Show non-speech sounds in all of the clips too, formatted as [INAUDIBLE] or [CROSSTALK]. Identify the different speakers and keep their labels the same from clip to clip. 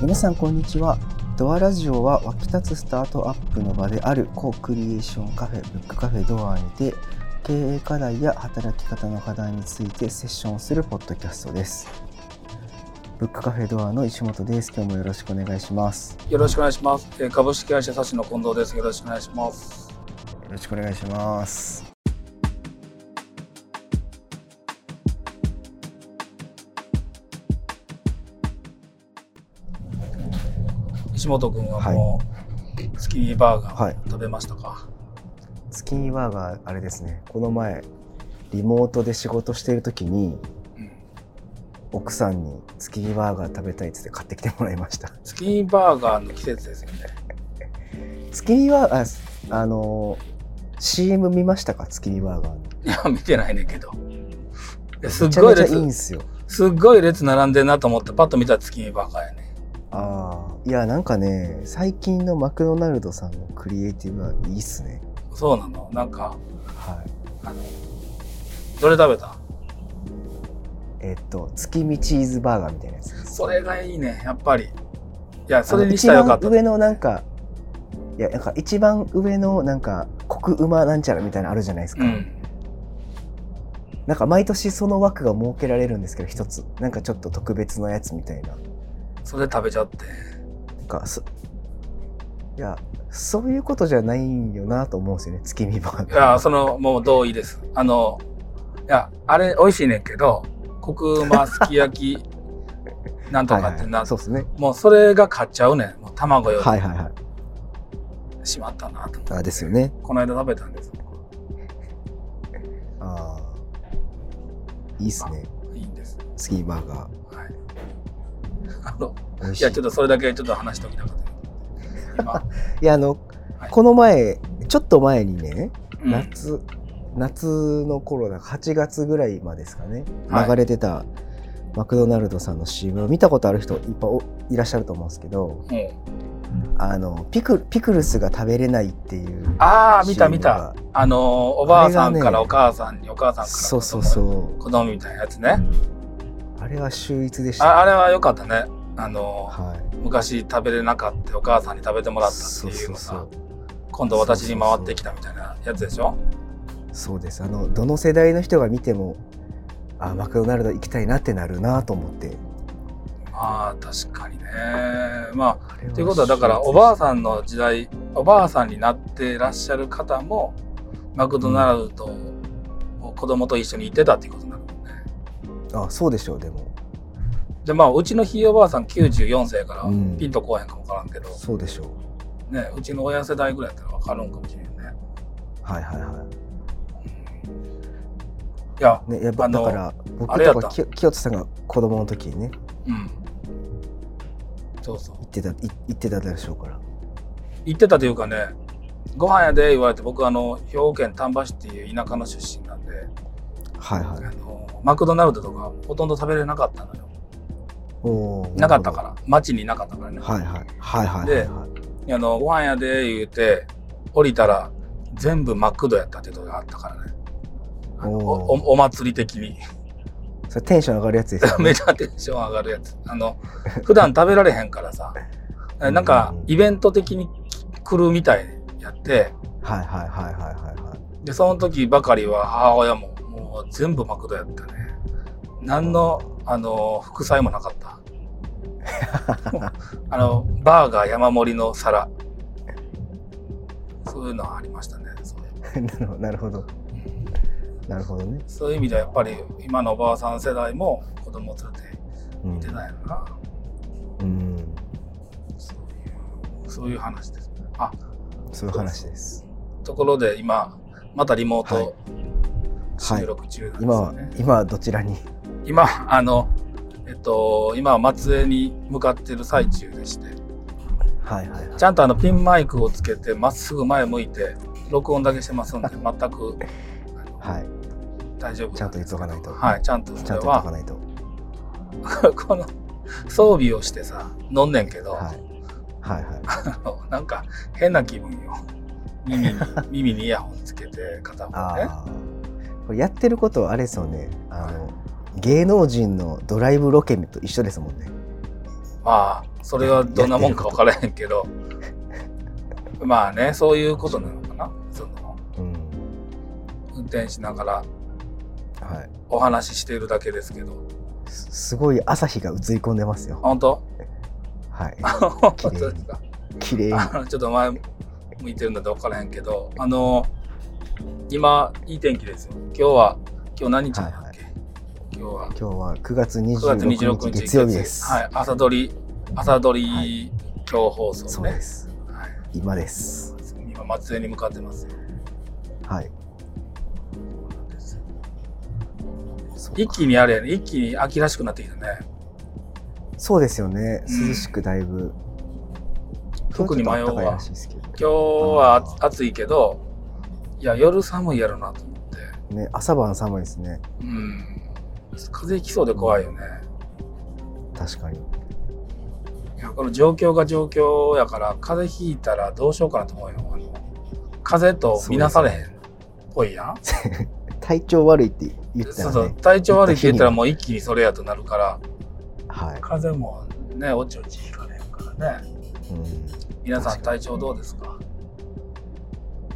Speaker 1: 皆さんこんにちはドアラジオは湧き立つスタートアップの場であるコクリエーションカフェブックカフェドアにて経営課題や働き方の課題についてセッションをするポッドキャストですブックカフェドアの石本です今日もよろしくお願いします
Speaker 2: よろしくお願いします。えー株式会社サシの近藤です。よろしくお願いします。
Speaker 1: よろしくお願いします
Speaker 2: 石本君はもう、スキーバーガ
Speaker 1: はい
Speaker 2: ー食べましたか、
Speaker 1: スキーバーガーあれですねこの前リモートで仕事している時に
Speaker 2: うん
Speaker 1: 奥さんにスキーバーガー食べたいっつって買ってきてもらいました
Speaker 2: スキーバーガーの季節ですよね。 [LAUGHS]
Speaker 1: 月見はあすあのー CM 見ましたか月見バーガーの
Speaker 2: いや、見てないねんけど。いやすっ
Speaker 1: めちゃ
Speaker 2: ごい
Speaker 1: めちゃいい
Speaker 2: 列、
Speaker 1: んすよ
Speaker 2: すっごい列並んでんなと思って、パッと見たらスキーバーガーやね。
Speaker 1: ああいやなんかね最近のマクドナルドさんのクリエイティブはいいっすね
Speaker 2: そうなのなんか、
Speaker 1: はい
Speaker 2: どれ食べた
Speaker 1: えっと月見チーズバーガーみたいなやつです
Speaker 2: それがいいね、やっぱり。いや、そ
Speaker 1: あ
Speaker 2: れ
Speaker 1: の
Speaker 2: にしたらよかった
Speaker 1: 一。番上のなんかいやなんか一番上のなんかコクうまなんちゃらみたいなのあるじゃないです
Speaker 2: う
Speaker 1: か、
Speaker 2: ん。
Speaker 1: なんか毎年その枠が設けられるんですけど一つなんかちょっと特別なやつみたいな
Speaker 2: それ食べちゃって。
Speaker 1: なんかそいやそういうことじゃないんよなと思うんですよね月見バー
Speaker 2: い
Speaker 1: ガー
Speaker 2: や、その、もう同意です。あの、いや、あれ美味しいねんけど、コクうますき焼き、
Speaker 1: [LAUGHS]
Speaker 2: なんと
Speaker 1: はい
Speaker 2: か
Speaker 1: はい
Speaker 2: ってな、
Speaker 1: そうですね
Speaker 2: もうそれが買っちゃうねん。もう卵よ
Speaker 1: はいはいはい
Speaker 2: りしまったなと思って、
Speaker 1: あですよね
Speaker 2: この間食べたんです。
Speaker 1: あーいいっすね
Speaker 2: いいんです。
Speaker 1: 月見バーガー
Speaker 2: はい。あの、
Speaker 1: 美味し
Speaker 2: い
Speaker 1: い
Speaker 2: や、ちょっとそれだけちょっと話しておきたかっ
Speaker 1: [LAUGHS]
Speaker 2: た。今、
Speaker 1: いやあの、
Speaker 2: はい
Speaker 1: この前ちょっと前にね
Speaker 2: うん
Speaker 1: 夏、夏の頃だ8月ぐらいまでですかね、
Speaker 2: はい
Speaker 1: 流れてたマクドナルドさんの CM を見たことある人いっぱいおいらっしゃると思うんですけど
Speaker 2: もう
Speaker 1: あのピクルピクルスが食べれないっていう
Speaker 2: ああ、見た見
Speaker 1: CM
Speaker 2: た
Speaker 1: が。
Speaker 2: あの、おばあさん
Speaker 1: あれ
Speaker 2: か
Speaker 1: がね
Speaker 2: らお母さんに、お母さんから
Speaker 1: そうそうそ
Speaker 2: 子供みたいなやつね。
Speaker 1: うあれは秀逸でした
Speaker 2: ああれは良かったね。あの、
Speaker 1: はい
Speaker 2: 昔食べれなかったお母さんに食べてもらったって
Speaker 1: そう
Speaker 2: いう
Speaker 1: そ
Speaker 2: の
Speaker 1: うそ
Speaker 2: さ
Speaker 1: う
Speaker 2: 今度私に回ってきたみたいなやつでしょ
Speaker 1: そうですあのどの世代の人が見てもあマクドナルド行きたいなってなるなと思って
Speaker 2: まあ確かにね
Speaker 1: あ
Speaker 2: まあということはだからおばあさんの時代おばあさんになってらっしゃる方もマクドナルドを子供と一緒に行ってたっていうことになるもん
Speaker 1: あ
Speaker 2: ね
Speaker 1: そうでしょうでも
Speaker 2: でまあうちのひいおばあさん94歳やから
Speaker 1: うん
Speaker 2: ピンとこうへんかもわからんけど、
Speaker 1: そうでしょう
Speaker 2: ねうちの親世代ぐらいやったらわかるんかもしれんね
Speaker 1: はいはいはい
Speaker 2: や
Speaker 1: いねやっぱ
Speaker 2: あ
Speaker 1: だ
Speaker 2: の
Speaker 1: から
Speaker 2: あれや
Speaker 1: 僕と
Speaker 2: った
Speaker 1: かき清田さんが子供の時にね
Speaker 2: うんそうそう
Speaker 1: 行ってたい行ってたでしょうから
Speaker 2: 行ってたというかねご飯やで言われて僕あの兵庫県丹波市っていう田舎の出身なんで、
Speaker 1: はいは
Speaker 2: あ
Speaker 1: い
Speaker 2: のマクドナルドとかほとんど食べれなかったのよ
Speaker 1: おー
Speaker 2: なかったから町になかったからね、
Speaker 1: はいはいはいはいはい
Speaker 2: で
Speaker 1: はい
Speaker 2: あのご飯やで言うて降りたら全部マクドやったってとこがあったからねあの
Speaker 1: おー
Speaker 2: おおお祭り的に [LAUGHS]
Speaker 1: それテンション上がるやつですよね
Speaker 2: めちゃテンション上がるやつあの普段食べられへんか
Speaker 1: [LAUGHS]
Speaker 2: らさなんかイベント的に来るみたいやって、
Speaker 1: はいはいはいはいはいはい
Speaker 2: でその時ばかりは母親ももう全部マクドやったね何のあの副菜もなかった [LAUGHS] あのバーガー山盛りの皿そういうのはありましたねそういう
Speaker 1: なるほど [LAUGHS] なるほどなるほどね、
Speaker 2: そういう意味ではやっぱり今のおばあさん世代も子供を連れて
Speaker 1: うん
Speaker 2: 行ってないのかな
Speaker 1: うん、
Speaker 2: そういうそういう話ですあ
Speaker 1: そういう話です
Speaker 2: ところで今またリモート
Speaker 1: はい
Speaker 2: 収録中なんです
Speaker 1: 今
Speaker 2: よ
Speaker 1: は
Speaker 2: ね、
Speaker 1: 今はどちらに
Speaker 2: 今あのえっと今松江に向かってる最中でして
Speaker 1: はいはいはい
Speaker 2: ちゃんとあのピンマイクをつけてまっすぐ前向いて録音だけしてま
Speaker 1: [LAUGHS]
Speaker 2: すんで全く
Speaker 1: はい
Speaker 2: 大丈夫
Speaker 1: ちゃんと言っとかないと
Speaker 2: はいちゃんとそ
Speaker 1: ちゃ
Speaker 2: れ
Speaker 1: んと言っとか
Speaker 2: は
Speaker 1: ないと
Speaker 2: この装備をしてさ飲んねんけど、
Speaker 1: はいはいはい
Speaker 2: あのなんか変な気分よ耳
Speaker 1: [LAUGHS]
Speaker 2: に耳にイヤホンつけて片方ね
Speaker 1: ああこれやってることはあれですよねあの芸能人のドライブロケと一緒ですもんね
Speaker 2: まあそれはどんなもんか分からへん
Speaker 1: [LAUGHS]
Speaker 2: けどまあねそういうことなのかなその
Speaker 1: うん
Speaker 2: 運転しながら
Speaker 1: はい
Speaker 2: お話ししているだけですけど
Speaker 1: すすごい朝日が映り込んでますよ
Speaker 2: 本当
Speaker 1: はい
Speaker 2: 本当ですか
Speaker 1: 綺麗に
Speaker 2: [LAUGHS] あのちょっと前向いてるんだって分からへんけどあの今いい天気ですよ今日は今日何日なんだっけ、今日は
Speaker 1: 今日は9月
Speaker 2: 9月
Speaker 1: 26
Speaker 2: 26
Speaker 1: 日
Speaker 2: 日
Speaker 1: 月曜日です、
Speaker 2: はい、朝取り朝取
Speaker 1: は
Speaker 2: り今日放送
Speaker 1: そう
Speaker 2: ね
Speaker 1: で、す
Speaker 2: はい、
Speaker 1: 今です
Speaker 2: 今松江に向かってますよ
Speaker 1: はいそう
Speaker 2: 一気にあれやね一気に秋らしくなってきたね
Speaker 1: そうですよね
Speaker 2: うん
Speaker 1: 涼しくだいぶ、
Speaker 2: 特に
Speaker 1: 今
Speaker 2: マ
Speaker 1: 日はちょっと暖
Speaker 2: ヨ
Speaker 1: かい
Speaker 2: は
Speaker 1: らしいですけど
Speaker 2: 今日は暑暑いけどいや夜寒いやろなと思って
Speaker 1: ね朝晩寒いですね
Speaker 2: うん風邪ひきそうで怖いよね
Speaker 1: 確かに
Speaker 2: いやこの状況が状況やから風邪ひいたらどうしようかなと思うよあの風邪と見なされへんっぽいやん
Speaker 1: [LAUGHS] 体調悪いって言ってた
Speaker 2: そ
Speaker 1: らね
Speaker 2: うそう体調悪いって言ったらもう一気にそれやとなるから
Speaker 1: はい、
Speaker 2: 風邪もねおちおちひかれへんからね
Speaker 1: う
Speaker 2: 皆さん体調どうですか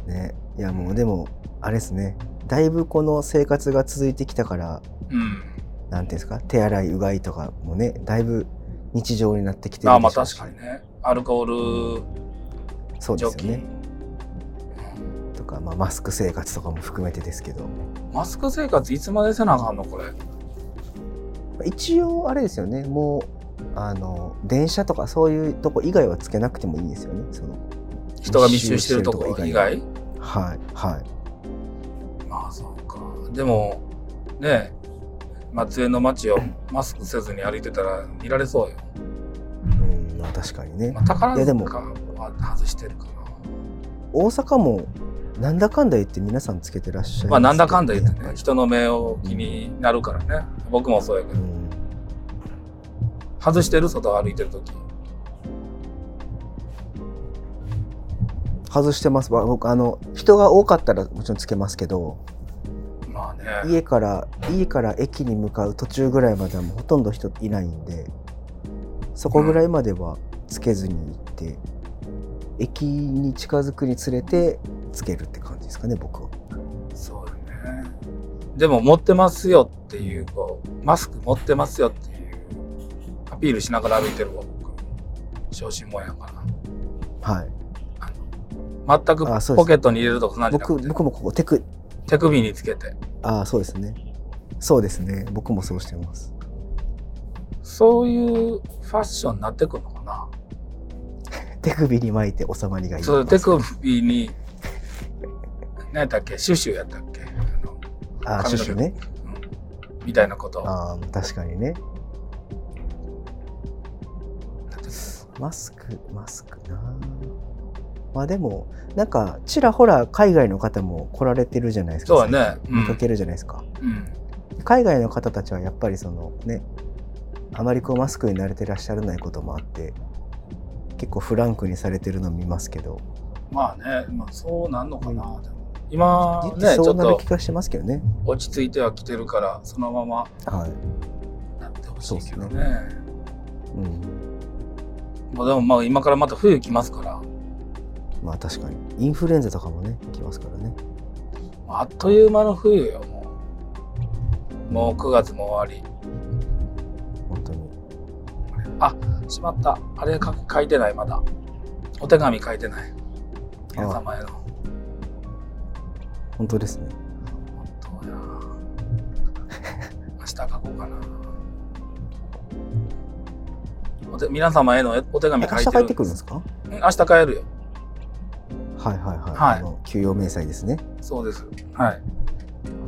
Speaker 1: ん、ねいやもうでもあれですねだいぶこの生活が続いてきたから
Speaker 2: うん
Speaker 1: なんていうんですか手洗いうがいとかもねだいぶ日常になってきてる
Speaker 2: ああまあ
Speaker 1: でしょうし
Speaker 2: 確かにねアルコー
Speaker 1: そう
Speaker 2: ル
Speaker 1: で
Speaker 2: 除
Speaker 1: すよ
Speaker 2: 菌、
Speaker 1: ねとか、まあ、マスク生活とかも含めてですけど
Speaker 2: マスク生活いつまでせなあかんのこれ
Speaker 1: 一応あれですよねもうあの電車とかそういうとこ以外はつけなくてもいいんですよねその
Speaker 2: 人が密集してるとこ
Speaker 1: 密集して
Speaker 2: 以
Speaker 1: るとこ
Speaker 2: 外
Speaker 1: はいはい
Speaker 2: まあそうかでもね松江の街をマスクせずに歩いてたら見られそうよ、
Speaker 1: うんまあ確かにね
Speaker 2: まあ、宝
Speaker 1: いやで
Speaker 2: 塚
Speaker 1: も
Speaker 2: は外してるか
Speaker 1: 大阪もなんだかんだ言って皆さんつけてらっしゃい
Speaker 2: なまあなんだかんだ言って
Speaker 1: や
Speaker 2: ね
Speaker 1: ぱり
Speaker 2: 人の目を気になるからね僕もそうやけ
Speaker 1: う
Speaker 2: ど
Speaker 1: ん
Speaker 2: 外してる外を歩いてる時
Speaker 1: 外してますわ僕あの人が多かったらもちろんつけますけど
Speaker 2: まあね
Speaker 1: 家から家から駅に向かう途中ぐらいまではもうほとんど人いないんでそこぐらいまではつけずに行って、駅に近づくにつれてつけるって感じですかね僕は
Speaker 2: そうよねでも持ってますよっていうこうマスク持ってますよっていうアピールしながら歩いてるわ僕小心者やから
Speaker 1: はい
Speaker 2: 全く
Speaker 1: あそうです
Speaker 2: ポケットに入れるとかなんじゃな
Speaker 1: 僕
Speaker 2: くて
Speaker 1: 僕もここ手首
Speaker 2: 手首につけて
Speaker 1: ああそうですねそうですね僕もそうしてます
Speaker 2: そういうファッションになってくるのかな
Speaker 1: 手首に巻いて収まりがいい
Speaker 2: そう手首に何やったっけシュシュやったっけあの
Speaker 1: ああシュッシュね
Speaker 2: みたいなことな
Speaker 1: ああ確かにね
Speaker 2: ってくる
Speaker 1: マスクマスクなまあでもなんかちらほら海外の方も来られてるじゃないですか
Speaker 2: そうだね
Speaker 1: 最近見かけるじゃないですか、
Speaker 2: うん
Speaker 1: 海外の方たちはやっぱりそのねあまりこうマスクに慣れてらっしゃらないこともあって結構フランクにされてるの見ますけど
Speaker 2: まあね、まあ、そうなんのかな、でも今ねち
Speaker 1: そ
Speaker 2: ょ
Speaker 1: う
Speaker 2: っ
Speaker 1: なる
Speaker 2: と
Speaker 1: 気がしますけどね
Speaker 2: 落ち着いてはきてるからそのまま
Speaker 1: はい、
Speaker 2: なってほしいけど
Speaker 1: そう
Speaker 2: ね
Speaker 1: うん、
Speaker 2: もうでもまあ今からまた冬来ますから
Speaker 1: まあ確かにインフルエンザとかもね来ますからね
Speaker 2: あっという間の冬よもうもう9月も終わ
Speaker 1: 本当に
Speaker 2: りしまったあれか書いてないまだお手紙書いてない皆様への
Speaker 1: 本当ですね
Speaker 2: 本当や [LAUGHS] 明日書こうかなお手皆様へのお手紙書
Speaker 1: 明
Speaker 2: い
Speaker 1: 日
Speaker 2: て
Speaker 1: 帰
Speaker 2: る
Speaker 1: ってくるんですか
Speaker 2: うん明日帰るよ
Speaker 1: はいはいはい、
Speaker 2: はい
Speaker 1: あの休養明細ですね
Speaker 2: そうですはい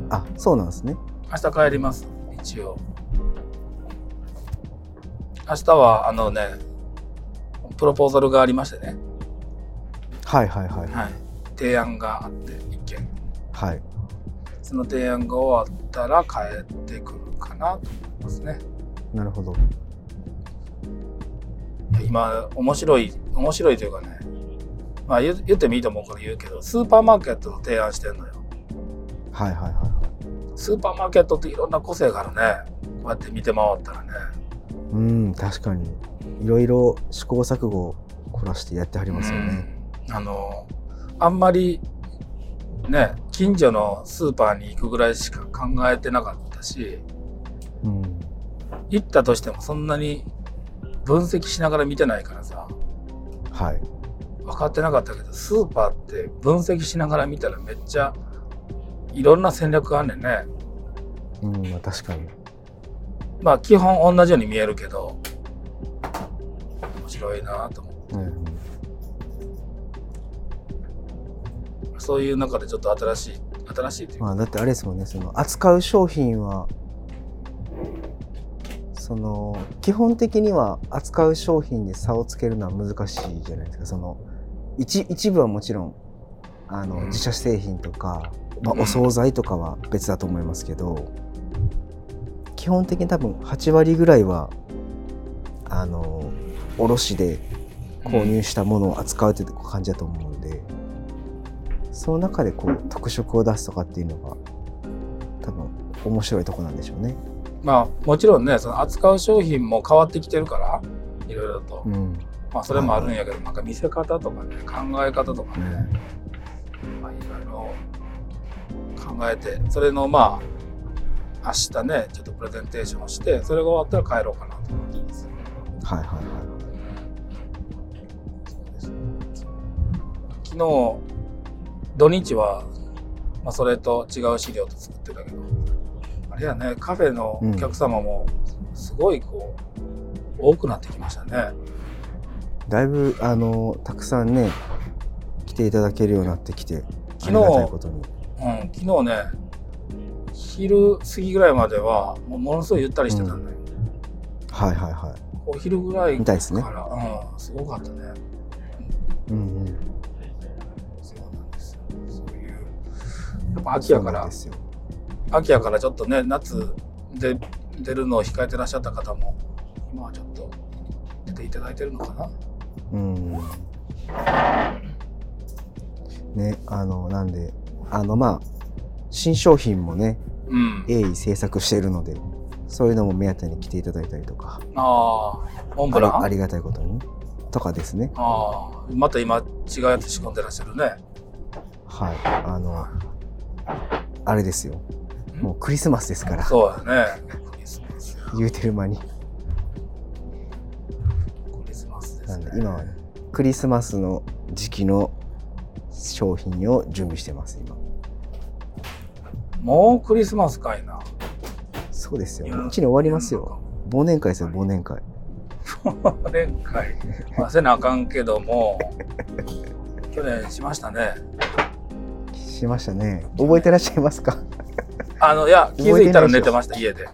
Speaker 1: あそうなんですね
Speaker 2: 明日帰ります一応明日はあのねプロポーザルがありましてね、
Speaker 1: はいはいはい
Speaker 2: はい、提案があって一件
Speaker 1: はい
Speaker 2: その提案が終わったら帰ってくるかなと思いますね
Speaker 1: なるほど
Speaker 2: 今面白い面白いというかねまあ言う言ってもいいと思うから言うけどスーパーマーケットの提案してんのよ
Speaker 1: はいはいはいはい
Speaker 2: スーパーマーケットっていろんな個性があるねこうやって見て回ったらね
Speaker 1: うん確かにいろいろ試行錯誤を凝らしてやってはりますよね。
Speaker 2: うんあのあんまりね近所のスーパーに行くぐらいしか考えてなかったし
Speaker 1: うん
Speaker 2: 行ったとしてもそんなに分析しながら見てないからさ
Speaker 1: はい
Speaker 2: 分かってなかったけどスーパーって分析しながら見たらめっちゃいろんな戦略があんねんね。
Speaker 1: うんまあ、確かに
Speaker 2: まあ基本同じように見えるけど面白いなと思って
Speaker 1: うん
Speaker 2: そういう中でちょっと新しい新しいというか、
Speaker 1: まあ、だってあれですもんねその扱う商品はその基本的には扱う商品で差をつけるのは難しいじゃないですかその一一部はもちろんあの、
Speaker 2: うん
Speaker 1: 自社製品とか、ま
Speaker 2: うん
Speaker 1: あ、お惣菜とかは別だと思いますけど基本的に多分8割ぐらいはあの卸で購入したものを扱うって感じだと思うんで、その中でこう特色を出すとかっていうのが多分面白いとこなんでしょうね。
Speaker 2: まあもちろんねその扱う商品も変わってきてるからいろいろと、
Speaker 1: ん、
Speaker 2: まあそれもあるんやけどなんか見せ方とかね考え方とかね、まあ、いろいろ考えてそれのまあ明日ねちょっとプレゼンテーションをしてそれが終わったら帰ろうかなと思ってます。
Speaker 1: はいはいは
Speaker 2: 昨日土日は、まあ、それと違う資料と作ってたけどあれやねカフェのお客様もすごいこう、多くなってきましたね。
Speaker 1: い。だいぶあのたくさんね来ていただけるようになってきてあ
Speaker 2: 昨
Speaker 1: り
Speaker 2: 日
Speaker 1: がたいことに。
Speaker 2: うん、昨日ね昼過ぎぐらいまではもうものすごいゆったりしてたんだよ、
Speaker 1: はいはいはい。
Speaker 2: お昼ぐらい
Speaker 1: み
Speaker 2: か
Speaker 1: た
Speaker 2: ら
Speaker 1: いですね
Speaker 2: うん、すごかったね
Speaker 1: うんうん。
Speaker 2: そうなんですよそういうやっぱ秋やか
Speaker 1: そうなん
Speaker 2: ら
Speaker 1: ですよ。
Speaker 2: 秋やからちょっとね夏で出るのを控えてらっしゃった方も今はちょっと出ていただいてるのかな
Speaker 1: うん。ねあのなんであのまあ新商品もね
Speaker 2: うん
Speaker 1: 鋭意制作しているのでそういうのも目当てに来ていただいたりとか
Speaker 2: ああモンブラン
Speaker 1: ありあ
Speaker 2: あ
Speaker 1: りがたいことにとかですね
Speaker 2: あーまた今違うやつ仕込んでらっしゃるね
Speaker 1: はいあのあれですよ
Speaker 2: ん
Speaker 1: もうクリスマスですから
Speaker 2: そうだねクリスマス
Speaker 1: 言うてる間に
Speaker 2: クリスマスで
Speaker 1: な
Speaker 2: す
Speaker 1: ん
Speaker 2: ね
Speaker 1: で今はねクリスマスの時期の商品を準備してます今
Speaker 2: もうクリスマスかいな。
Speaker 1: そうですよ
Speaker 2: いや
Speaker 1: うちに終わりますよ。忘年会ですよ忘年会
Speaker 2: 忘年会。まあせなあかんけども、去年しましたね。
Speaker 1: しましたね覚えてらっしゃいますか [LAUGHS]
Speaker 2: あの、いや、気づいたら寝てました、家で。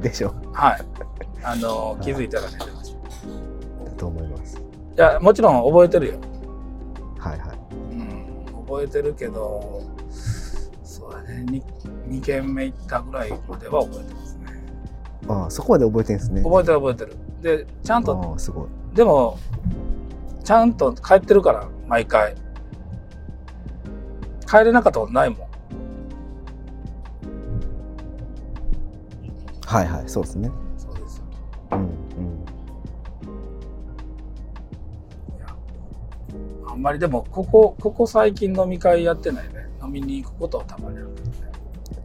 Speaker 1: でしょ
Speaker 2: はい。あの
Speaker 1: は、い
Speaker 2: 気づいたら寝てました。い
Speaker 1: だと思います
Speaker 2: や、もちろん覚えてるよ。
Speaker 1: はいはい
Speaker 2: うん、覚えてるけど、そうだね、2, 二軒目行ったぐらいまでは覚えてますね。
Speaker 1: ああそこまで覚えてるんですね
Speaker 2: 覚えてる覚えてる。で、ちゃんと、
Speaker 1: ああすごい
Speaker 2: でも、ちゃんと帰ってるから、毎回。帰れなかったことないもん。
Speaker 1: はいはいそうですね
Speaker 2: そうですよ。
Speaker 1: うんうん
Speaker 2: いやあんまりでもここここ最近飲み会やってないね飲みに行くことはたまにあるけどね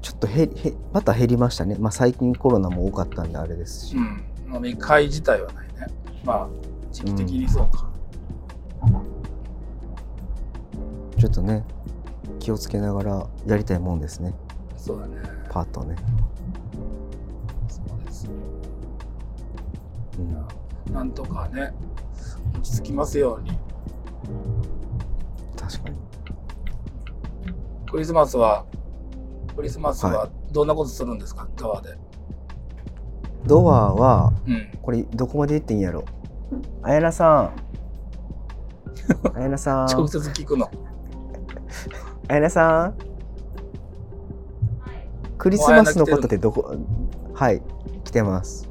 Speaker 1: ちょっとへへまた減りましたね、まあ、最近コロナも多かったんであれですし、
Speaker 2: うん飲み会自体はないねまあ時期的にそうか、
Speaker 1: ちょっとね気をつけながらやりたいもんですね
Speaker 2: そうだね
Speaker 1: パッとね、
Speaker 2: そうですよ
Speaker 1: うん
Speaker 2: なんとかね落ち着きますように
Speaker 1: 確かに
Speaker 2: クリスマスはクリスマス
Speaker 1: は
Speaker 2: はどんなことするんですか、タワーで
Speaker 1: ドアは
Speaker 2: うん
Speaker 1: これどこまで言っていいんやろあやな [LAUGHS] さんあやなさ
Speaker 2: 直
Speaker 1: ん
Speaker 2: 接聞くの
Speaker 1: あやなさんクリスマスのことってどこはい来てます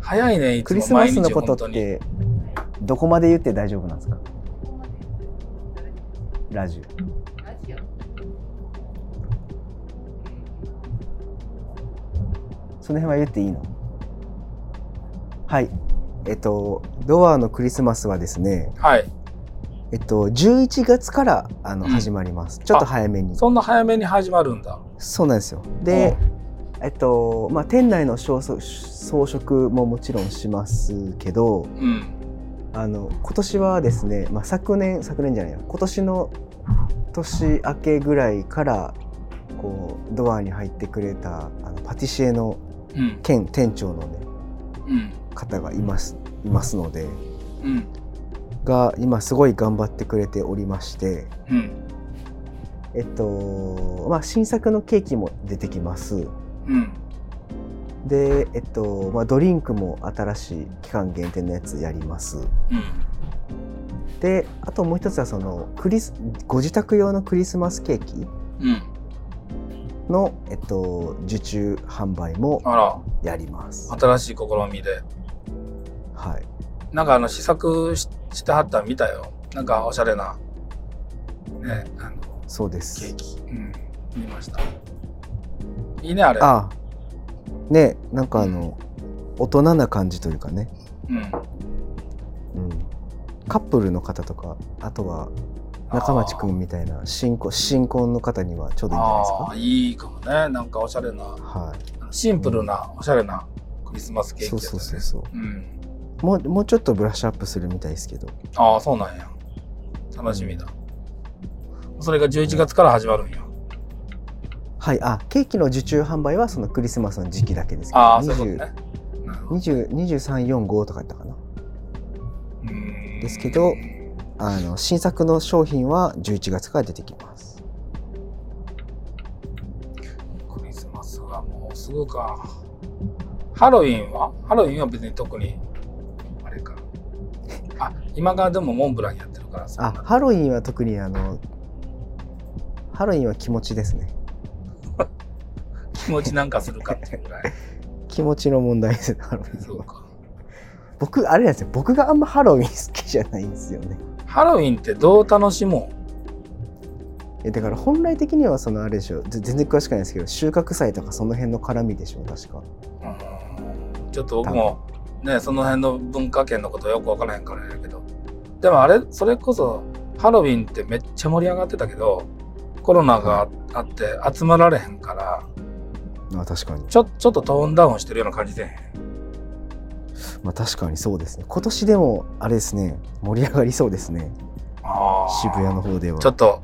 Speaker 2: 早いねいつ
Speaker 1: クリ
Speaker 2: も
Speaker 1: スマ
Speaker 2: 毎
Speaker 1: ス
Speaker 2: 日
Speaker 1: のこと
Speaker 2: 本当
Speaker 1: っ
Speaker 2: に
Speaker 1: てどこまで言って大丈夫なんですかラジオその辺は言っていいのはい。えっと、ドアのクリスマスはですね、
Speaker 2: はい。
Speaker 1: えっと、11月からあの
Speaker 2: うん
Speaker 1: 始まります。ちょっと早めに。
Speaker 2: そんな早めに始まるんだ。
Speaker 1: そうなんですよ。で、えっと、まあ、店内の装飾装飾ももちろんしますけど、
Speaker 2: うん。
Speaker 1: あの、今年はですね、まあ、昨年、昨年じゃないや、今年の年明けぐらいから、こう、ドアに入ってくれた、あのパティシエの
Speaker 2: うん。
Speaker 1: 兼店長のね、
Speaker 2: うん。
Speaker 1: 方がいます、いますので、
Speaker 2: うん。
Speaker 1: が今すごい頑張ってくれておりまして、
Speaker 2: うん。
Speaker 1: えっとまあ、新作のケーキも出てきます
Speaker 2: うん。
Speaker 1: で、えっとまあ、ドリンクも新しい期間限定のやつやります
Speaker 2: うん。
Speaker 1: であともう一つはそのクリスご自宅用のクリスマスケーキ
Speaker 2: うん。
Speaker 1: の、えっと、受注販売も
Speaker 2: あら、
Speaker 1: やります、
Speaker 2: 新しい試みで。
Speaker 1: はい、
Speaker 2: なんかあの試作ししてはったん見たよ。なんかおしゃれな。ね、あの、
Speaker 1: そうで
Speaker 2: ケ
Speaker 1: す
Speaker 2: ーキ。うん。見ました。いいね、あれ。
Speaker 1: あねなんかあの、大人な感じというかね、
Speaker 2: うん。
Speaker 1: うん、カップルの方とかあとは中町くんみたいな新婚新婚の方にはちょうどいいんじゃない
Speaker 2: ああ、いいかもね。なんかおしゃれな
Speaker 1: で、すか。は
Speaker 2: シンプルな、おしゃれなクリスマス
Speaker 1: い。
Speaker 2: ケ
Speaker 1: そ
Speaker 2: ーキや
Speaker 1: う
Speaker 2: ったね
Speaker 1: そうそうそう。
Speaker 2: うん。
Speaker 1: もうもうちょっとブラッシュアップするみたいですけど。
Speaker 2: ああ、そうなんや。楽しみだ。それが11月から始まるんや。
Speaker 1: はい。あ、ケーキの受注販売はそのクリスマスの時期だけですけど。
Speaker 2: ああ、そういうことね。なるほど
Speaker 1: 二十二十三四五とかやったかな。
Speaker 2: うん
Speaker 1: ですけどあの新作の商品は11月から出てきます。
Speaker 2: クリスマスはもうすぐか。ハロウィンはハロウィンは別に特に、あれか。あ、今がでもモンブランやってるから
Speaker 1: あ、
Speaker 2: さ。
Speaker 1: ハロウィンは特にあのハロウィンは気持ちですね。
Speaker 2: 気持ちなんかするかっていうぐらい。 [LAUGHS]
Speaker 1: 気持ちの問題ですね。 [LAUGHS] ハロウィ
Speaker 2: そ
Speaker 1: ン
Speaker 2: う
Speaker 1: は。
Speaker 2: か。
Speaker 1: 僕あれなんですよ。僕があんまハロウィン好きじゃないんですよね。
Speaker 2: ハロウィンってどう楽しもう
Speaker 1: えだから本来的にはそのあれでしょぜ全然詳しくないですけど収穫祭とかその辺の絡みでしょ確か
Speaker 2: うんちょっと僕もねその辺の文化圏のことよく分からへんからやけどでもあれそれこそハロウィンってめっちゃ盛り上がってたけどコロナがあって集まられへんから
Speaker 1: あ確かに
Speaker 2: ちょちょっとトーンダウンしてるような感じで
Speaker 1: まあ確かにそうですね今年でもあれですね盛り上がりそうですね
Speaker 2: あ
Speaker 1: 渋谷の方では
Speaker 2: ちょっと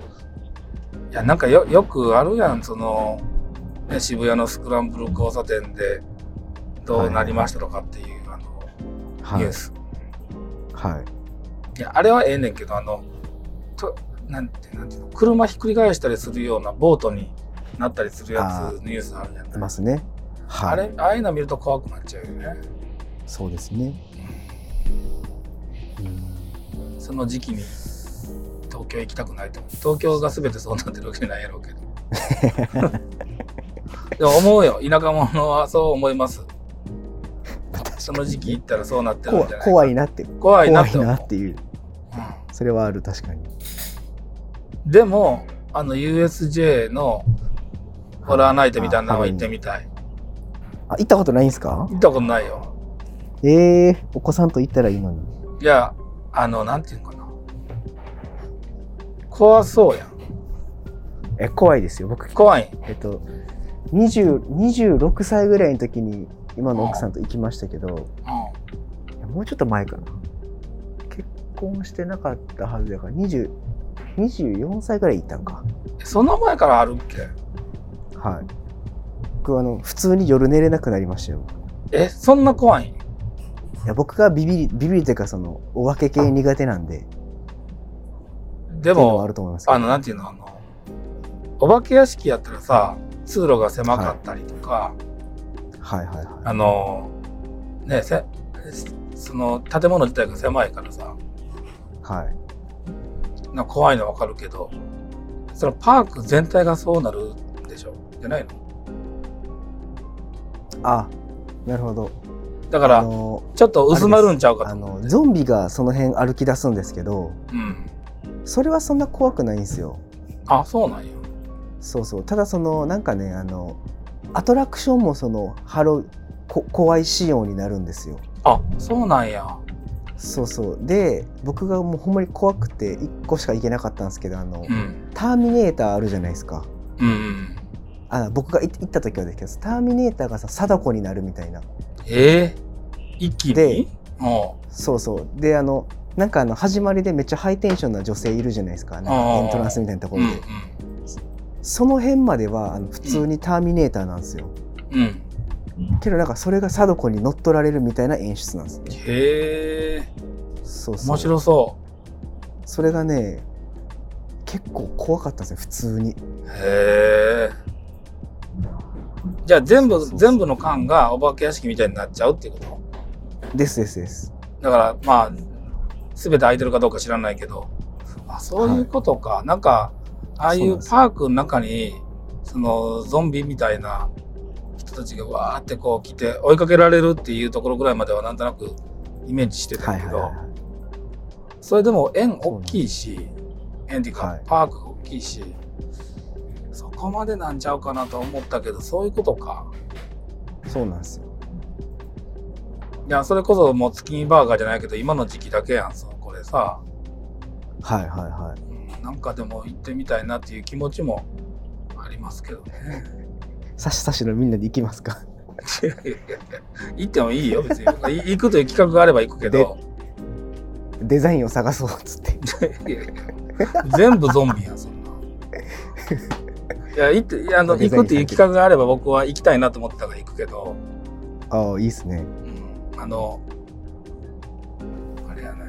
Speaker 2: いやなんかよよくあるやんその、ね、渋谷のスクランブル交差点でどうなりましたとかっていう、あの
Speaker 1: はい
Speaker 2: ニュース、
Speaker 1: はい
Speaker 2: いや、あれはええねんけど、あの、となんて、なんていうの、車ひっくり返したりするようなボートになったりするや
Speaker 1: あ
Speaker 2: つ、ニュースあるじゃ
Speaker 1: い
Speaker 2: な
Speaker 1: ま
Speaker 2: い
Speaker 1: すねはい
Speaker 2: あれ、ああいうの見ると怖くなっちゃうよね。
Speaker 1: そうですねうん
Speaker 2: その時期に東京行きたくないと思う。東京が全てそうなってるわけじゃないやろうけど。
Speaker 1: [LAUGHS]
Speaker 2: でも思うよ。田舎者はそう思います。
Speaker 1: 確かに
Speaker 2: その時期行ったらそうなってるん
Speaker 1: 怖
Speaker 2: じゃない
Speaker 1: 怖い
Speaker 2: い。
Speaker 1: なって
Speaker 2: 怖い
Speaker 1: 怖
Speaker 2: なっ
Speaker 1: い
Speaker 2: て思
Speaker 1: な
Speaker 2: う
Speaker 1: っていう
Speaker 2: うん
Speaker 1: それはある確かに
Speaker 2: でも、あの USJ のホラーナイトみたいなのは行ってみたい。
Speaker 1: あ行ったことないんですか
Speaker 2: 行ったことないよ。
Speaker 1: えー、お子さんと行ったらいいのに
Speaker 2: いや、あの、なんていうのかな。怖そうやん。
Speaker 1: え怖いですよ僕
Speaker 2: 怖い。
Speaker 1: えっと、20 26歳ぐらいの時に今の奥さんと行きましたけど、
Speaker 2: う
Speaker 1: いやもうちょっと前かな。結婚してなかったはずだから、20 24歳ぐらい行ったんか。
Speaker 2: ん。その前からあるっけ
Speaker 1: はい。僕あの、普通に夜寝れなくなりましたよ。
Speaker 2: え、そんな怖いん
Speaker 1: いや僕がビビり、ビビりというか、その、お化け系苦手なんで、って
Speaker 2: で
Speaker 1: いうのはあ
Speaker 2: も
Speaker 1: る、と思いますけ
Speaker 2: あ
Speaker 1: ど。
Speaker 2: の、なんていうの、あの、お化け屋敷やったらさ、通路が狭かったりとか、
Speaker 1: はいはいは
Speaker 2: あの、ねせ、その建物自体が狭いからさ、
Speaker 1: い。はい。
Speaker 2: なんか怖いのわかるけど、そのパーク全体がそうなるでしょじゃないの
Speaker 1: あ、なるほど。
Speaker 2: だか
Speaker 1: あ
Speaker 2: ら、
Speaker 1: の、
Speaker 2: ちょっと薄まるんちゃうか
Speaker 1: あ
Speaker 2: と思っ
Speaker 1: の
Speaker 2: て。
Speaker 1: ゾンビがその辺歩き出すんですけど、
Speaker 2: うん。
Speaker 1: それはそんな怖くないんですよ。
Speaker 2: あ、そうなんよ。
Speaker 1: そうそうただそのなんかねあのアトラクションもそのハロこ怖い仕様になるんですよ
Speaker 2: あそうなんや
Speaker 1: そうそうで僕がもうほんまに怖くて1個しか行けなかったんですけどあの、
Speaker 2: うん
Speaker 1: ターミネーターあるじゃないですか
Speaker 2: うんうん
Speaker 1: あ僕がい行った時はですけどターミネーターがさ貞子になるみたいな
Speaker 2: えー、一気
Speaker 1: で
Speaker 2: におう
Speaker 1: そうそうであのなんかあの始まりでめっちゃハイテンションな女性いるじゃないですかなんか
Speaker 2: あー
Speaker 1: エントランスみたいなとこ
Speaker 2: う
Speaker 1: ろ
Speaker 2: ん
Speaker 1: で、その辺まではあの普通にターミネーターなんですよ、
Speaker 2: うんうん
Speaker 1: けどなんかそれが貞子に乗っ取られるみたいな演出なんですね
Speaker 2: へえ
Speaker 1: そうそう
Speaker 2: 面白そ
Speaker 1: それがね結構怖かったんですよ普通に
Speaker 2: うへえじゃあ全部
Speaker 1: そうそう
Speaker 2: 全部の缶がお化け屋敷みたいになっちゃうっていうこと
Speaker 1: ですですです
Speaker 2: だからまあ全て空いてるかどうか知らないけどあそういうことか、なんかああい
Speaker 1: そうなん
Speaker 2: う
Speaker 1: です
Speaker 2: パークの中にそのゾンビみたいな人たちがわーってこう来て追いかけられるっていうところぐらいまではなんとなくイメージしてた
Speaker 1: はい
Speaker 2: け
Speaker 1: はい
Speaker 2: ど、
Speaker 1: はい
Speaker 2: それでも円大きいし円っていうか、
Speaker 1: はい
Speaker 2: パークが大きいしそこまでなんちゃうかなと思ったけどそういうことか
Speaker 1: そうなんですよ
Speaker 2: いやそれこそもう月見バーガーじゃないけど今の時期だけやんそうこれさ。
Speaker 1: はいはいはい
Speaker 2: うんなんかでも行ってみたいなっていう気持ちもありますけどね。
Speaker 1: さしさしのみんなで行きますか [LAUGHS]
Speaker 2: いやいやいや行ってもいいよ [LAUGHS] 別にい行くという企画があれば行くけど
Speaker 1: デザインを探そうっつっ
Speaker 2: [LAUGHS]
Speaker 1: て
Speaker 2: いやいや全部ゾンビやんそ [LAUGHS] んな。いや行っていやあの
Speaker 1: デザ
Speaker 2: 行
Speaker 1: イン
Speaker 2: くっていう企画があれば僕は行きたいなと思ってたから行くけど、
Speaker 1: ああいいっすね
Speaker 2: うんあのあれやね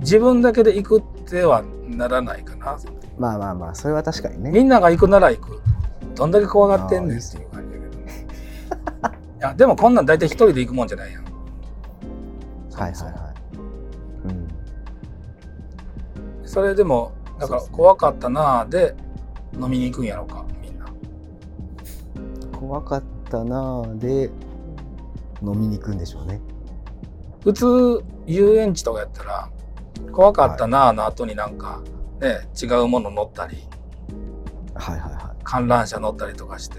Speaker 2: 自分だけで行くってはならないかな
Speaker 1: まあまあまあそれは確かにね
Speaker 2: みんなが行くなら行く。どんだけ怖がってんねんっていう感じだけどね。いや、でもこんなん大体一人で行くもんじゃないやん。
Speaker 1: はいはい
Speaker 2: そうそう
Speaker 1: はい、うん、
Speaker 2: それでも、だから
Speaker 1: そうそう
Speaker 2: 怖かったなぁで飲みに行くんやろうか、みんな。
Speaker 1: 怖かったなあで飲みに行くんでしょうね
Speaker 2: 普通、遊園地とかやったら、怖かったなぁの後になんか、ね、違うもの乗ったり、
Speaker 1: はいはいは
Speaker 2: 観覧車乗ったりとかして、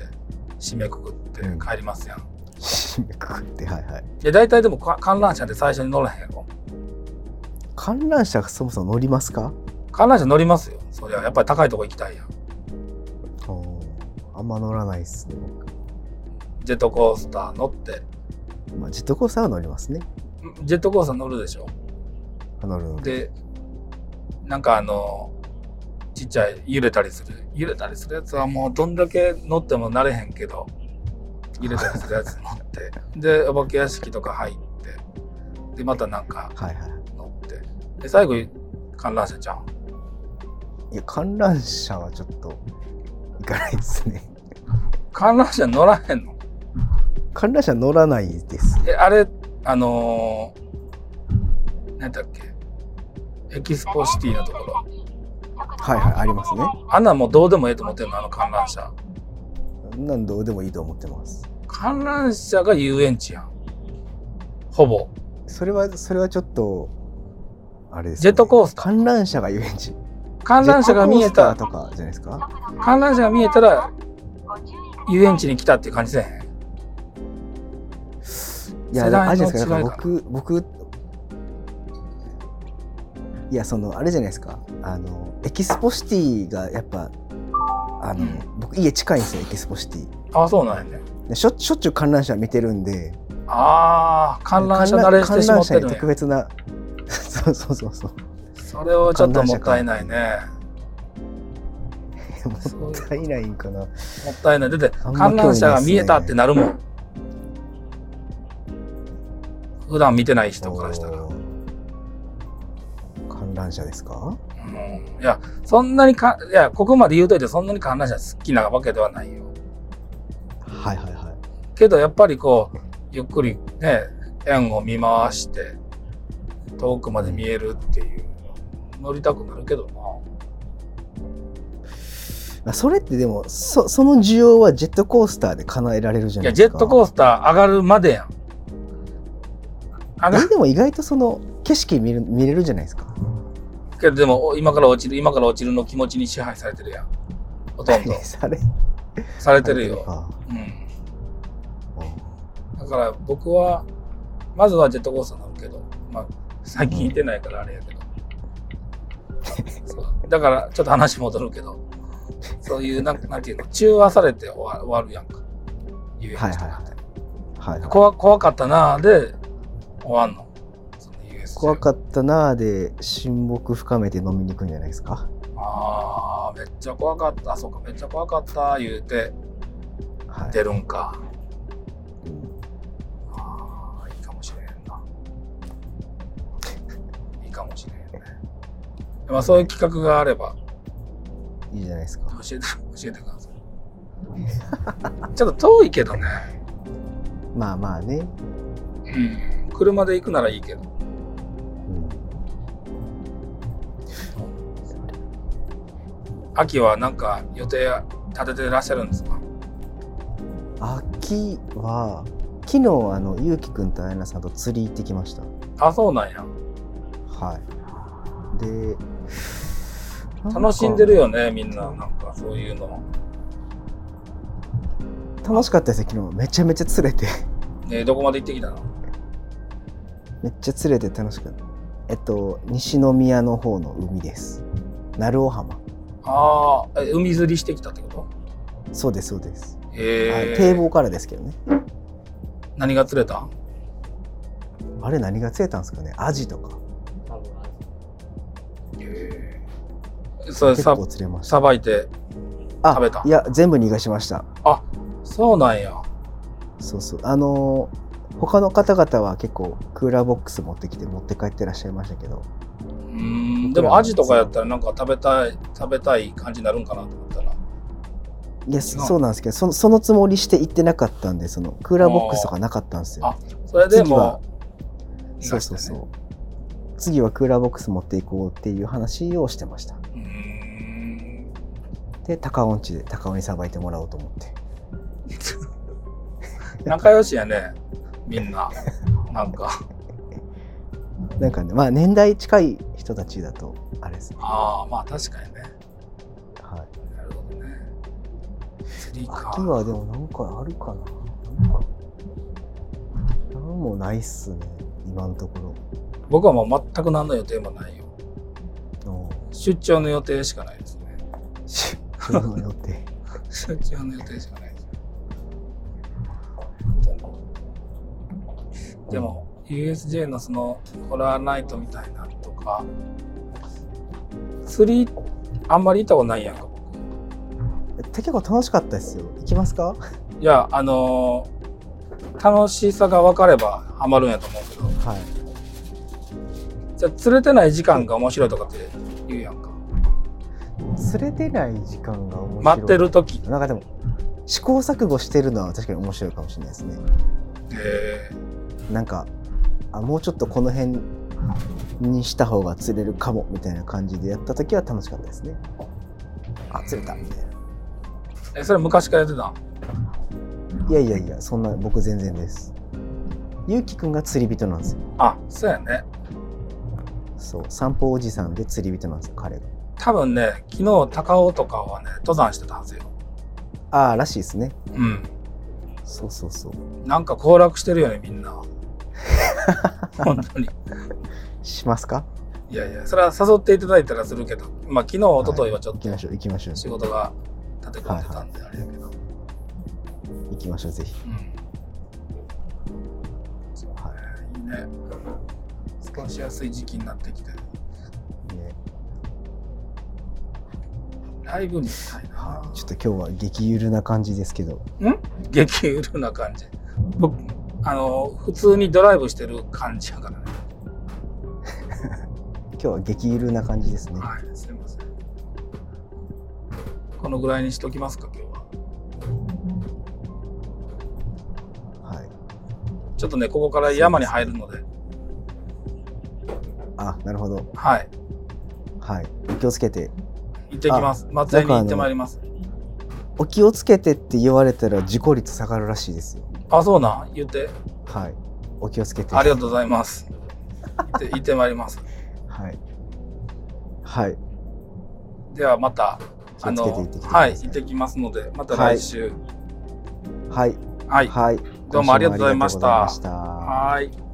Speaker 2: 締めくくって帰りますやん。
Speaker 1: い
Speaker 2: [LAUGHS]
Speaker 1: 締めくくってはいはい
Speaker 2: で、大体でもか観覧車って最初に乗らへんやろ。
Speaker 1: 観覧車そもそも乗りますか
Speaker 2: 観覧車乗りますよ。そりゃ、やっぱり高いとこ行きたいやん。
Speaker 1: あんま乗らないっすね僕
Speaker 2: ジェットコースター乗って、
Speaker 1: まあジェットコースターは乗りますね
Speaker 2: ジェットコースター乗るでしょ。
Speaker 1: 乗るので
Speaker 2: でなんかあのちっちゃい揺れたりする揺れたりするやつはもうどんだけ乗っても慣れへんけど揺れたりするやつ乗ってでお化け屋敷とか入ってでまたなんか
Speaker 1: はいはい
Speaker 2: 乗ってで最後観覧車ちゃん
Speaker 1: いや観覧車はちょっと行かないですね [LAUGHS]
Speaker 2: 観覧車乗らへんの
Speaker 1: 観覧車乗らないです
Speaker 2: えあれあのー、何だっけエキスポシティのところ
Speaker 1: はいはいありますね
Speaker 2: あんなんもうどうでもええと思ってんのあの観覧車
Speaker 1: 何度でもいいと思ってます
Speaker 2: 観覧車が遊園地やんほぼ
Speaker 1: それはそれはちょっとあれです、ね、
Speaker 2: ジェットコースター
Speaker 1: 観覧車が遊園地
Speaker 2: 観覧車が見えた
Speaker 1: ジェットコースターとかじゃないですか
Speaker 2: 観覧車が見えたら遊園地に来たっていう感じせえへん
Speaker 1: いや
Speaker 2: 世代の
Speaker 1: あれじゃないですか
Speaker 2: 違い
Speaker 1: な
Speaker 2: か
Speaker 1: んか僕僕いやそのあれじゃないですかあのエキスポシティがやっぱあの、
Speaker 2: うん
Speaker 1: 僕家近いんですよエキスポシティ
Speaker 2: あそうなんやね
Speaker 1: でしょしょっちゅう観覧車見てるんで
Speaker 2: ああ観覧車慣れしてしまっ
Speaker 1: 観覧観覧
Speaker 2: て
Speaker 1: 車
Speaker 2: る
Speaker 1: に
Speaker 2: ん
Speaker 1: 特
Speaker 2: や
Speaker 1: 別な [LAUGHS] そうそうそうそう
Speaker 2: それはちょっともったいないね
Speaker 1: もったいないんかな
Speaker 2: もったいないだって
Speaker 1: あんま興
Speaker 2: 観
Speaker 1: 味ない
Speaker 2: 覧
Speaker 1: っすね
Speaker 2: 車が見えたってなるもん普段見てない人からしたら、う
Speaker 1: おー観覧車ですか
Speaker 2: ん、いやそんなにかいやここまで言うといてそんなに観覧車好きなわけではないよ
Speaker 1: はいはいはい
Speaker 2: けどやっぱりこうゆっくりね円を見回して遠くまで見えるっていう乗りたくなるけどな
Speaker 1: まあそれってでもそその需要はジェットコースターで叶えられるじゃ
Speaker 2: い
Speaker 1: ない
Speaker 2: や
Speaker 1: です
Speaker 2: ジ
Speaker 1: か
Speaker 2: ェットコースター上がるまでやん上が
Speaker 1: えでも意外とその景色見る見れるじゃないですか。
Speaker 2: けどでも今から落ちる今から落ちるの気持ちに支配されてるやんほとんど
Speaker 1: され
Speaker 2: され
Speaker 1: さ
Speaker 2: て
Speaker 1: れてる
Speaker 2: るよ、
Speaker 1: か
Speaker 2: うん、
Speaker 1: うん
Speaker 2: だから僕はまずはジェットコースター乗るけど、まあ、最近行ってないからあれやけど。そうだから、ちょっと話戻るけど、そういう、なんなんていうの、中和されて終わ終わるやんか。遊
Speaker 1: はい
Speaker 2: 園地と
Speaker 1: はい
Speaker 2: かって。
Speaker 1: はい。
Speaker 2: 怖怖かったなぁで、終わんの。その USJ
Speaker 1: 怖かったなーで、親睦深めて飲みに行くんじゃないですか。
Speaker 2: ああ、めっちゃ怖かった。そうか、めっちゃ怖かった。言うて、
Speaker 1: はい。
Speaker 2: 出るんか。
Speaker 1: うん
Speaker 2: ああ、いいかもしれへんな。 [LAUGHS] いいかもしれへんね。まあ、そういう企画があれば、
Speaker 1: いいじゃないですか。
Speaker 2: 教えて、 [LAUGHS] 教えてください。 [LAUGHS] ちょっと遠いけどね。
Speaker 1: まあまあね。
Speaker 2: うん。車で行くならいいけど。
Speaker 1: うん。
Speaker 2: 秋はなんか予定立ててらっしゃるんですか
Speaker 1: 秋は、昨日、あの、ゆうきくんとあやなさんと釣り行ってきました。
Speaker 2: あ、そうなんや。
Speaker 1: はい。で、
Speaker 2: 楽しんでるよね、みんな。なんか、そういうの。
Speaker 1: なんか楽しかったですね、昨日。めちゃめちゃ釣れて。
Speaker 2: ねどこまで行ってきたの
Speaker 1: めっちゃ釣れて楽しかった。えっと、西宮の方の海です。鳴尾浜。
Speaker 2: ああ、え海釣りしてきたってこと
Speaker 1: そうです、そうです。はい
Speaker 2: へえ。
Speaker 1: 堤防からですけどね。
Speaker 2: 何が釣れた
Speaker 1: あれ何が釣れたんですかねアジとか。
Speaker 2: へえ。それ
Speaker 1: 結
Speaker 2: さ
Speaker 1: 構、釣れました。
Speaker 2: さばいて。
Speaker 1: あ
Speaker 2: 食べた
Speaker 1: いや、全部逃がしました。
Speaker 2: そうなんや。
Speaker 1: そうそう。あのー他の方々は結構クーラーボックス持ってきて持って帰ってらっしゃいましたけど、
Speaker 2: うーん。でも、アジとかやったら、なんか食べたい、食べたい感じになるんかなと思ったら。
Speaker 1: いや、そそうなんですけど、そのそのつもりして行ってなかったんで、そのクーラーボックスとかなかったんですよ。
Speaker 2: それで
Speaker 1: 次は
Speaker 2: もう、
Speaker 1: そうそうそうう。次はクーラーボックス持っていこうっていう話をしてました。
Speaker 2: うーん。
Speaker 1: で、高音地で高尾にさばいてもらおうと思って。
Speaker 2: 仲良しやね、みんな。なんか、
Speaker 1: なんかね、まあ年代近い人たちだと、あれですね。
Speaker 2: ああ、まあ確かにね。
Speaker 1: はい。
Speaker 2: なるほどね。釣りか。
Speaker 1: 秋はでもなんかあるかななんかなんもないっすね今のとこ
Speaker 2: 僕はもう全く何の予定もないよ。
Speaker 1: ろの
Speaker 2: 出張の予定しかないですね。
Speaker 1: [LAUGHS] 出張の予定
Speaker 2: 出張の予定しかないです。本当にでも、USJ のそのホラーナイトみたいなのとか、釣り、あんまり行ったことないやんか、僕。
Speaker 1: 結構楽しかったですよ行きますか
Speaker 2: いや、あのー楽しさが分かればハマるんやと思うけど、
Speaker 1: はい
Speaker 2: じゃあ釣れてない時間が面白いとかって言うやんか。
Speaker 1: 釣れてない時間が面白い
Speaker 2: 待ってる時。
Speaker 1: なんかでも試行錯誤してるのは確かに面白いかもしれないですね
Speaker 2: え
Speaker 1: なんかあもうちょっとこの辺にした方が釣れるかもみたいな感じでやった時は楽しかったですねあ釣れたみたいな
Speaker 2: ーえそれ昔からやってたん
Speaker 1: いやいやいや、そんな僕全然です。ゆうきくんが釣り人なんですよ。
Speaker 2: あ、そうやね。
Speaker 1: そう、散歩おじさんで釣り人なんですよ、彼が。
Speaker 2: 多分ね、昨日高尾とかはね、登山してたはずよ。
Speaker 1: ああ、らしいですね。
Speaker 2: うん。
Speaker 1: そうそうそう。
Speaker 2: なんか行楽してるよね、み
Speaker 1: [LAUGHS]
Speaker 2: んな。本当に。
Speaker 1: しますか
Speaker 2: いやいや、それは誘っていただいたらするけど、まあ昨日、一昨日はちょっ
Speaker 1: 行き
Speaker 2: と
Speaker 1: ましょう、行きましょう。
Speaker 2: 仕事が立て込んでたんで、あれやけど。
Speaker 1: 行きましょう、ぜひ。
Speaker 2: うん。そうね、いいね。過ごしやすい時期になってきて、
Speaker 1: ね
Speaker 2: ライブにしたいな
Speaker 1: はい。ちょっと今日は激ゆるな感じですけど。
Speaker 2: 激うるな感じ。僕、あの、普通にドライブしてる感じやからね。
Speaker 1: 今日は激ゆるな感じですね。
Speaker 2: はい、すいません。このぐらいにしときますか、今日は。
Speaker 1: はい。
Speaker 2: ちょっとね、ここから山に入るので、
Speaker 1: あ、なるほど。
Speaker 2: はい、
Speaker 1: はい。お気をつけて。
Speaker 2: 行ってきます。松江に行ってまいります。
Speaker 1: お気をつけてって言われたら事故率下がるらしいですよ。
Speaker 2: あ、そうなん、言って、
Speaker 1: はい。お気をつけて。
Speaker 2: ありがとうございます。行
Speaker 1: [LAUGHS]
Speaker 2: って、行ってまいります。
Speaker 1: はい。はい。
Speaker 2: では、また、
Speaker 1: 気
Speaker 2: あ
Speaker 1: をつけて
Speaker 2: の
Speaker 1: 行ってきて、くださ
Speaker 2: はいい、行ってきますので、また
Speaker 1: はい
Speaker 2: 来週。
Speaker 1: はい。
Speaker 2: はい、
Speaker 1: はい。
Speaker 2: どうもありがとうございました
Speaker 1: 今週もありがとうございました
Speaker 2: はい。